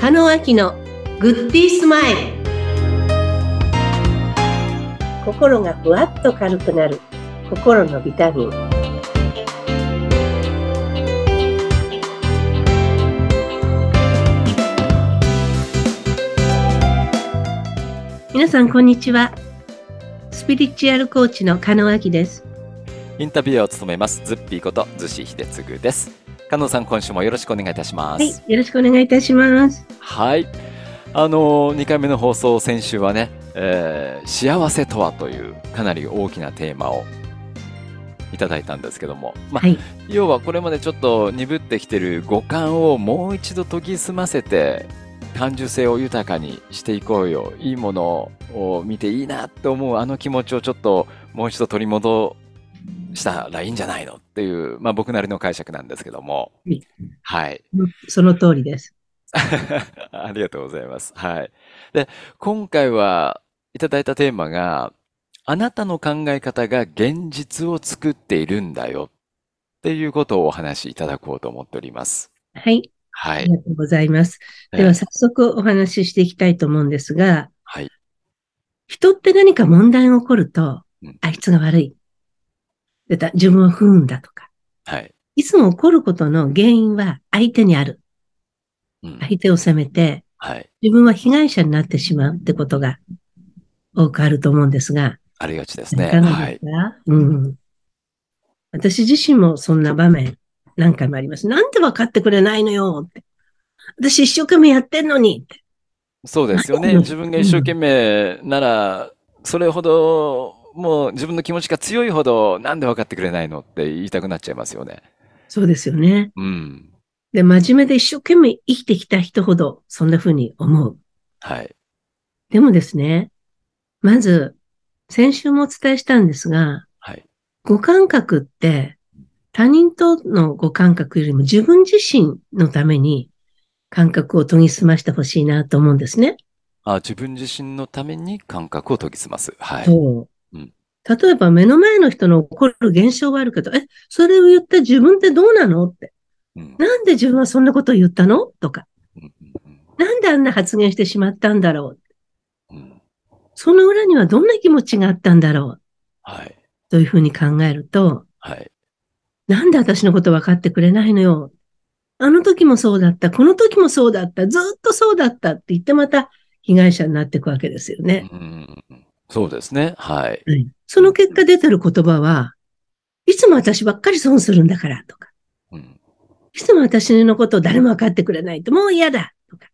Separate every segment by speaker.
Speaker 1: 中野明のグッディースマイル心がふわっと軽くなる心のビタミン皆さんこんにちはスピリチュアルコーチの加納明です
Speaker 2: インタビュアーを務めます、ズッピーこと、逗子秀次です。加納さん、今週もよろしくお願いいたしま
Speaker 1: はい
Speaker 2: す。
Speaker 1: よろしくお願いいたします
Speaker 2: はい。あのー、2回目の放送、先週はね、えー幸せとはという、かなり大きなテーマをいただいたんですけども、まあ
Speaker 1: はい
Speaker 2: 要はこれまでちょっと鈍ってきてる五感をもう一度研ぎ澄ませて、感受性を豊かにしていこうよ。いいものを見ていいなって思うあの気持ちをちょっともう一度取り戻したらいいんじゃないのっていう、まあ僕なりの解釈なんですけども
Speaker 1: はい。
Speaker 2: はい。
Speaker 1: その通りです
Speaker 2: ありがとうございます。はい。で、今回はいただいたテーマが、あなたの考え方が現実を作っているんだよっていうことをお話しいただこうと思っております。
Speaker 1: はい
Speaker 2: は
Speaker 1: あ
Speaker 2: い
Speaker 1: り。がとうございます、で
Speaker 2: え
Speaker 1: は
Speaker 2: ー
Speaker 1: 早速お話ししていきたいと思うんですが
Speaker 2: はい。
Speaker 1: 人って何か問題が起こると
Speaker 2: うん、
Speaker 1: あいつが悪い。でだ自分は不運だとか。
Speaker 2: はい。
Speaker 1: いつも起こることの原因は相手にある。
Speaker 2: うん。
Speaker 1: 相手を責めて、
Speaker 2: はい。
Speaker 1: 自分は被害者になってしまうってことが多くあると思うんですが、
Speaker 2: ありがちです
Speaker 1: い
Speaker 2: ね。
Speaker 1: かが
Speaker 2: は
Speaker 1: で
Speaker 2: い
Speaker 1: す。か、うん。私自身もそんな場面何回もあります。なんで分かってくれないのよって。私一生懸命やってんのにって。
Speaker 2: そうですよね。
Speaker 1: うん
Speaker 2: 自分が一生懸命なら、それほど、もう自分の気持ちが強いほど、なんで分かってくれないのって言いたくなっちゃいますよね。
Speaker 1: そうですよね。
Speaker 2: うん。
Speaker 1: で、真面目で一生懸命生きてきた人ほどそんな風に思う。
Speaker 2: はい。
Speaker 1: でもですね、まず、先週もお伝えしたんですが、
Speaker 2: はい。
Speaker 1: 五感覚って、他人との五感覚よりも自分自身のために感覚を研ぎ澄ましてほしいなと思うんですね。
Speaker 2: あ、自分自身のために感覚を研ぎ澄ます。はい。
Speaker 1: そう
Speaker 2: うん
Speaker 1: 例えば目の前の人の起こる現象があるけど、え、それを言った自分ってどうなのって。
Speaker 2: うん
Speaker 1: なんで自分はそんなことを言ったのとか。
Speaker 2: うんうん
Speaker 1: なんであんな発言してしまったんだろう。
Speaker 2: うんうん
Speaker 1: その裏にはどんな気持ちがあったんだろう。
Speaker 2: はい。
Speaker 1: というふうに考えると、
Speaker 2: はい。
Speaker 1: なんで私のこと分かってくれないのよ。あの時もそうだった、この時もそうだった、ずーっとそうだったって言ってまた被害者になっていくわけですよね。
Speaker 2: うんうんうんそうですね。はい。
Speaker 1: はいその結果出てる言葉は、いつも私ばっかり損するんだからとか、
Speaker 2: うん
Speaker 1: いつも私のことを誰も分かってくれないともう嫌だとか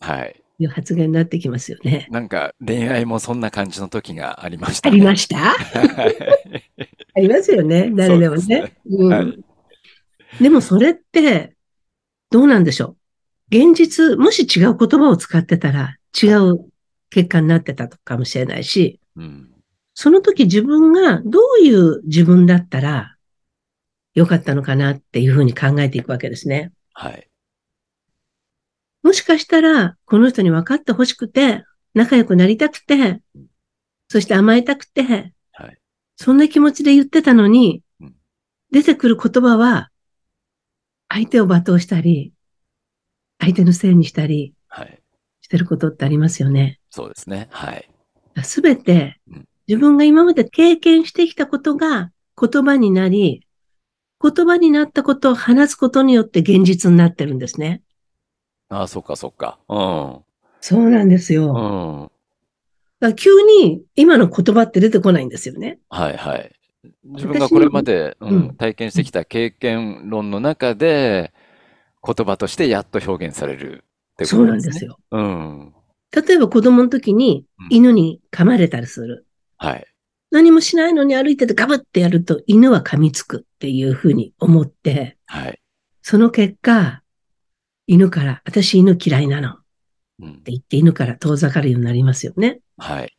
Speaker 2: はい。
Speaker 1: いう発言になってきますよね。
Speaker 2: なんか恋愛もそんな感じの時がありまし
Speaker 1: あ
Speaker 2: た
Speaker 1: りま
Speaker 2: し
Speaker 1: した
Speaker 2: た。はい
Speaker 1: ありますよね。誰でも
Speaker 2: そうです
Speaker 1: ね。うん
Speaker 2: はい
Speaker 1: でもそれって、どうなんでしょう。現実、もし違う言葉を使ってたら、違う結果になってたかもしれないし、
Speaker 2: うん
Speaker 1: その時自分がどういう自分だったら、良かったのかなっていうふうに考えていくわけですね。
Speaker 2: はい。
Speaker 1: もしかしたら、この人に分かってほしくて、仲良くなりたくて、そして甘えたくて、
Speaker 2: はい
Speaker 1: そんな気持ちで言ってたのに
Speaker 2: うん、
Speaker 1: 出てくる言葉は、相手を罵倒したり、相手のせいにしたり
Speaker 2: はい。
Speaker 1: してることってありますよね。
Speaker 2: そうですね。はい。
Speaker 1: すべて
Speaker 2: うん、
Speaker 1: 自分が今まで経験してきたことが言葉になり、言葉になったことを話すことによって現実になってるんですね。
Speaker 2: ああ、そっかそっか。う
Speaker 1: そうなんですよ。
Speaker 2: ん。うん。
Speaker 1: だから急に今の言葉って出てこないんですよね。
Speaker 2: はいはい。自分がこれまで、うん
Speaker 1: うん
Speaker 2: 体験してきた経験論の中で、言葉としてやっと表現されるってこと
Speaker 1: そうなん
Speaker 2: ね
Speaker 1: です。よ。
Speaker 2: うん。
Speaker 1: 例えば子供の時に
Speaker 2: うん
Speaker 1: 犬に噛まれたりする。
Speaker 2: はい。
Speaker 1: 何もしないのに歩いててガブってやると犬は噛みつくっていうふうに思って、
Speaker 2: はい。
Speaker 1: その結果、犬から、私犬嫌いなのっ
Speaker 2: うん。
Speaker 1: て言って犬から遠ざかるようになりますよね。
Speaker 2: はい。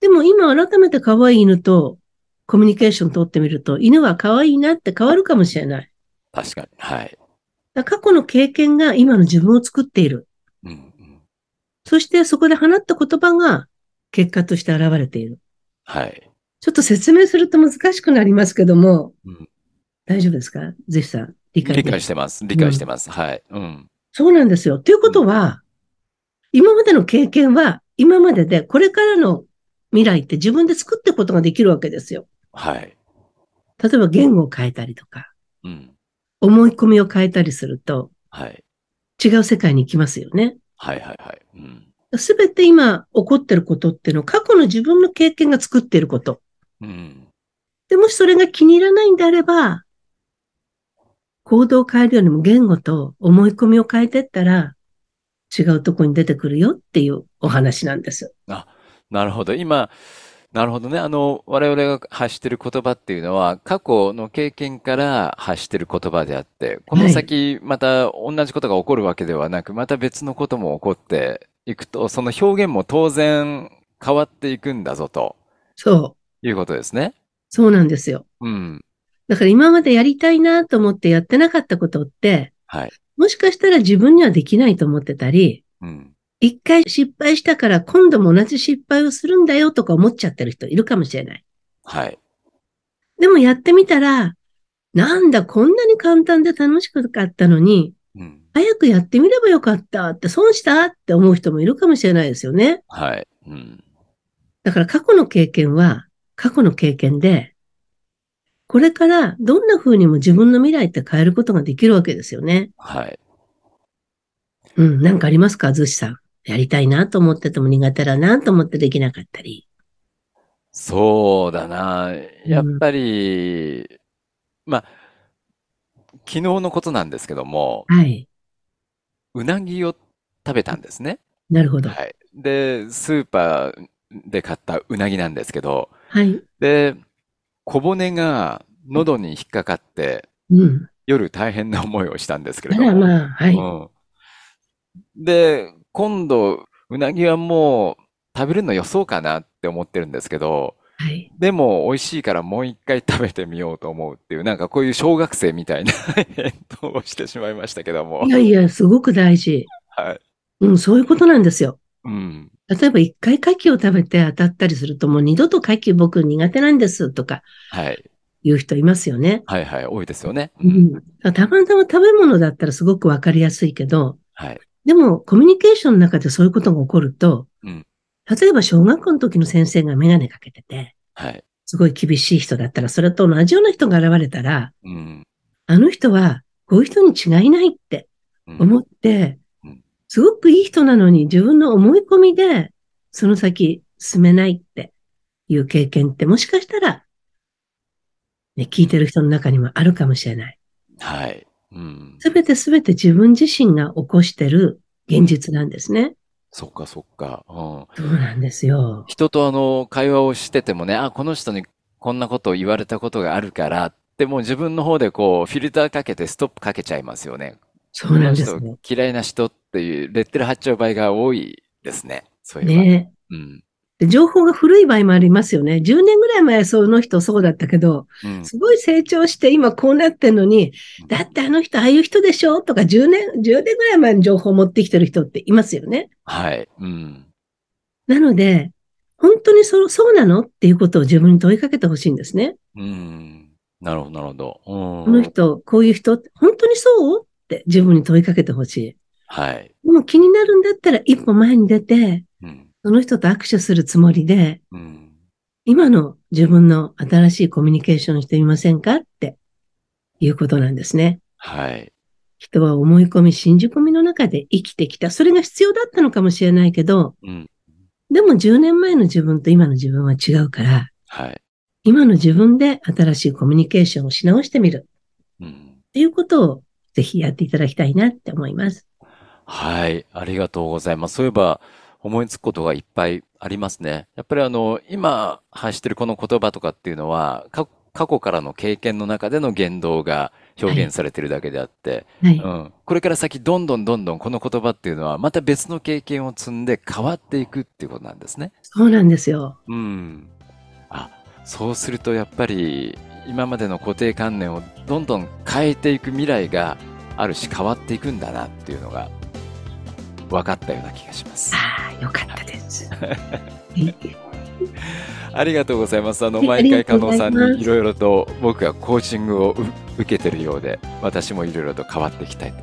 Speaker 1: でも今改めて可愛い犬とコミュニケーション取ってみると、犬は可愛いなって変わるかもしれない。
Speaker 2: 確かに。はい。
Speaker 1: だから過去の経験が今の自分を作っている。
Speaker 2: うんうん。
Speaker 1: そしてそこで放った言葉が結果として現れている。
Speaker 2: はい。
Speaker 1: ちょっと説明すると難しくなりますけども、
Speaker 2: うん
Speaker 1: 大丈夫ですかぜひさん、理解
Speaker 2: 理
Speaker 1: で
Speaker 2: 解
Speaker 1: き
Speaker 2: してます。理解してます。はい。うん。
Speaker 1: そうなんですよ。ということは、今までの経験は、今までで、これからの未来って自分で作っていくことができるわけですよ。
Speaker 2: はい。
Speaker 1: 例えば言語を変えたりとか、
Speaker 2: うん。
Speaker 1: 思い込みを変えたりすると、
Speaker 2: はい。
Speaker 1: 違う世界に行きますよね。
Speaker 2: はいはいはい。うん。
Speaker 1: すべて今起こってることっていうのは、過去の自分の経験が作っていること。
Speaker 2: うん。
Speaker 1: で、もしそれが気に入らないんであれば、行動を変えるよりも言語と思い込みを変えてったら、違うとこに出てくるよっていうお話なんです。
Speaker 2: なるほど。今、なるほどね。あの、我々が発している言葉っていうのは、過去の経験から発している言葉であって、この
Speaker 1: はい
Speaker 2: 先、また同じことが起こるわけではなく、また別のことも起こっていくと、その表現も当然変わっていくんだぞ、と
Speaker 1: そう。
Speaker 2: いうことですね。
Speaker 1: そうなんですよ。
Speaker 2: うん。
Speaker 1: だから今までやりたいなと思ってやってなかったことって、
Speaker 2: はい。
Speaker 1: もしかしたら自分にはできないと思ってたり、
Speaker 2: うん。
Speaker 1: 一回失敗したから今度も同じ失敗をするんだよとか思っちゃってる人いるかもしれない。
Speaker 2: はい。
Speaker 1: でもやってみたら、なんだ、こんなに簡単で楽しかったのに、
Speaker 2: うん。
Speaker 1: 早くやってみればよかったって、損したって思う人もいるかもしれないですよね。
Speaker 2: はい。うん。
Speaker 1: だから過去の経験は、過去の経験で、これからどんな風にも自分の未来って変えることができるわけですよね。
Speaker 2: はい。
Speaker 1: うん、なんかありますかずしさん。やりたいなと思ってても苦手だなと思ってできなかったり。
Speaker 2: そうだな。やっぱり、まあ、昨日のことなんですけども、
Speaker 1: はい。
Speaker 2: うなぎを食べたんですね。
Speaker 1: なるほど。
Speaker 2: はい。で、スーパーで買ったうなぎなんですけど、
Speaker 1: はい。
Speaker 2: で、小骨が喉に引っかかって、
Speaker 1: うん。
Speaker 2: 夜大変な思いをしたんですけれ
Speaker 1: あ
Speaker 2: ど
Speaker 1: ら、
Speaker 2: も。
Speaker 1: まあ、はい。
Speaker 2: うん。で、今度、うなぎはもう食べるのよそうかなって思ってるんですけど、
Speaker 1: はい。
Speaker 2: でも美味しいからもう一回食べてみようと思うっていう、なんかこういう小学生みたいな 返答をしてしまいましたけども
Speaker 1: い。やいや、すごく大事。
Speaker 2: はい。
Speaker 1: うん、そういうことなんですよ。
Speaker 2: うん。
Speaker 1: 例えば一回牡蠣を食べて当たったりするともう二度と牡蠣僕苦手なんですとか
Speaker 2: はい。
Speaker 1: 言う人いますよね。
Speaker 2: はいはい。多いですよね。う。
Speaker 1: うんん、たまたま食べ物だったらすごくわかりやすいけど、
Speaker 2: はい。
Speaker 1: でもコミュニケーションの中でそういうことが起こると、
Speaker 2: うん
Speaker 1: 例えば小学校の時の先生がメガネかけてて、
Speaker 2: はい。
Speaker 1: すごい厳しい人だったら、それと同じような人が現れたら、
Speaker 2: うん。
Speaker 1: あの人はこういう人に違いないって
Speaker 2: うん
Speaker 1: 思って
Speaker 2: うん、
Speaker 1: すごくいい人なのに自分の思い込みでその先進めないっていう経験ってもしかしたら、ね、聞いてる人の中にもあるかもしれない。
Speaker 2: はい。うん。
Speaker 1: すべてすべて自分自身が起こしてる現実なんですね。
Speaker 2: そっかそっか。うん。
Speaker 1: そうなんですよ。
Speaker 2: 人とあの、会話をしててもね、あ、この人にこんなことを言われたことがあるからって、もう自分の方でこう、フィルターかけてストップかけちゃいますよね。
Speaker 1: そうなんです
Speaker 2: この
Speaker 1: よ。
Speaker 2: 人嫌いな人っていう、レッテル貼っちゃう場合が多いですね。そういえば。
Speaker 1: ね
Speaker 2: うん。
Speaker 1: で情報が古い場合もありますよね。10年ぐらい前その人そうだったけど、
Speaker 2: うん。
Speaker 1: すごい成長して今こうなってんのに、だってあの人ああいう人でしょとか10年、10年ぐらい前の情報を持ってきてる人っていますよね。
Speaker 2: はい。うん。
Speaker 1: なので、本当にそう、そうなのっていうことを自分に問いかけてほしいんですね。
Speaker 2: うん。なるほど、なるほど。
Speaker 1: この
Speaker 2: うん。
Speaker 1: 人、こういう人、本当にそうって自分に問いかけてほし
Speaker 2: はい。
Speaker 1: い。でも気になるんだったら一歩前に出て、
Speaker 2: うん。
Speaker 1: その人と握手するつもりで、
Speaker 2: うん。
Speaker 1: 今の自分の新しいコミュニケーションをしてみませんかっていうことなんですね。
Speaker 2: はい。
Speaker 1: 人は思い込み、信じ込みの中で生きてきた。それが必要だったのかもしれないけど、
Speaker 2: うん。
Speaker 1: でも10年前の自分と今の自分は違うから、
Speaker 2: はい。
Speaker 1: 今の自分で新しいコミュニケーションをし直してみる
Speaker 2: うん。
Speaker 1: っていうことをぜひやっていただきたいなって思います。
Speaker 2: はい、ありがとうございます。そういえば、思いつくことがいっぱいありますね。やっぱりあの、今発してるこの言葉とかっていうのは、か過去からの経験の中での言動が表現されてるだけであって、
Speaker 1: はい。
Speaker 2: うん、これから先どんどんどんどんこの言葉っていうのは、また別の経験を積んで変わっていくっていうことなんですね。
Speaker 1: そうなんですよ。
Speaker 2: うん。あ、そうするとやっぱり今までの固定観念をどんどん変えていく未来があるし変わっていくんだなっていうのが分かったような気がします。
Speaker 1: ああ、よかった です。はい
Speaker 2: ありがとうございます。あの、
Speaker 1: はい
Speaker 2: 毎
Speaker 1: あ
Speaker 2: 回
Speaker 1: りがと
Speaker 2: 加
Speaker 1: う
Speaker 2: 納
Speaker 1: ござ
Speaker 2: さ
Speaker 1: い
Speaker 2: ん
Speaker 1: ます
Speaker 2: にいろいろと僕がコーチングをう受けてるようで、私もいろいろと変わっていきたいと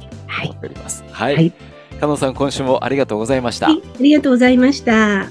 Speaker 2: 思っております。はい。
Speaker 1: はい
Speaker 2: 加納さん、今週もありがとうございました。
Speaker 1: はい、ありがとうございました。